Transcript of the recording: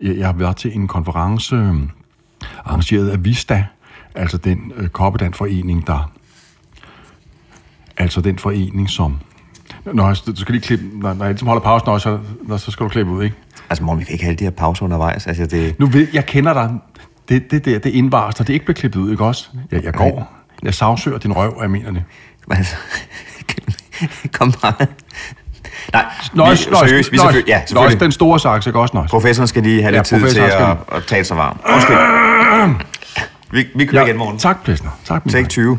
Jeg jeg var til en konference øh, arrangeret af Vista, altså den øh, koppedanforening, der... Altså den forening, som... Nå, du skal lige klippe... Når, når jeg ligesom holder pausen, når jeg så, når, så skal du klippe ud, ikke? Altså, morgen, vi kan ikke have alle de her pauser undervejs. Altså, det... Nu ved jeg, kender dig. Det, det der, det indvares dig. Det er ikke blevet klippet ud, ikke også? Jeg, jeg går. Jeg sagsøger din røv, og jeg mener det. Altså, kom bare. Nej, Nøjes, vi, seriøst, vi selvfølgelig, ja, nøjes, selvfølgelig. den store saks, ikke også, nøjes? Professoren skal lige have Ja, lidt tid til professoren skal at, at tale sig varm. Undskyld. Vi, vi kører igen morgen. Tak, Plesner. Tak, min Take dreng. 20.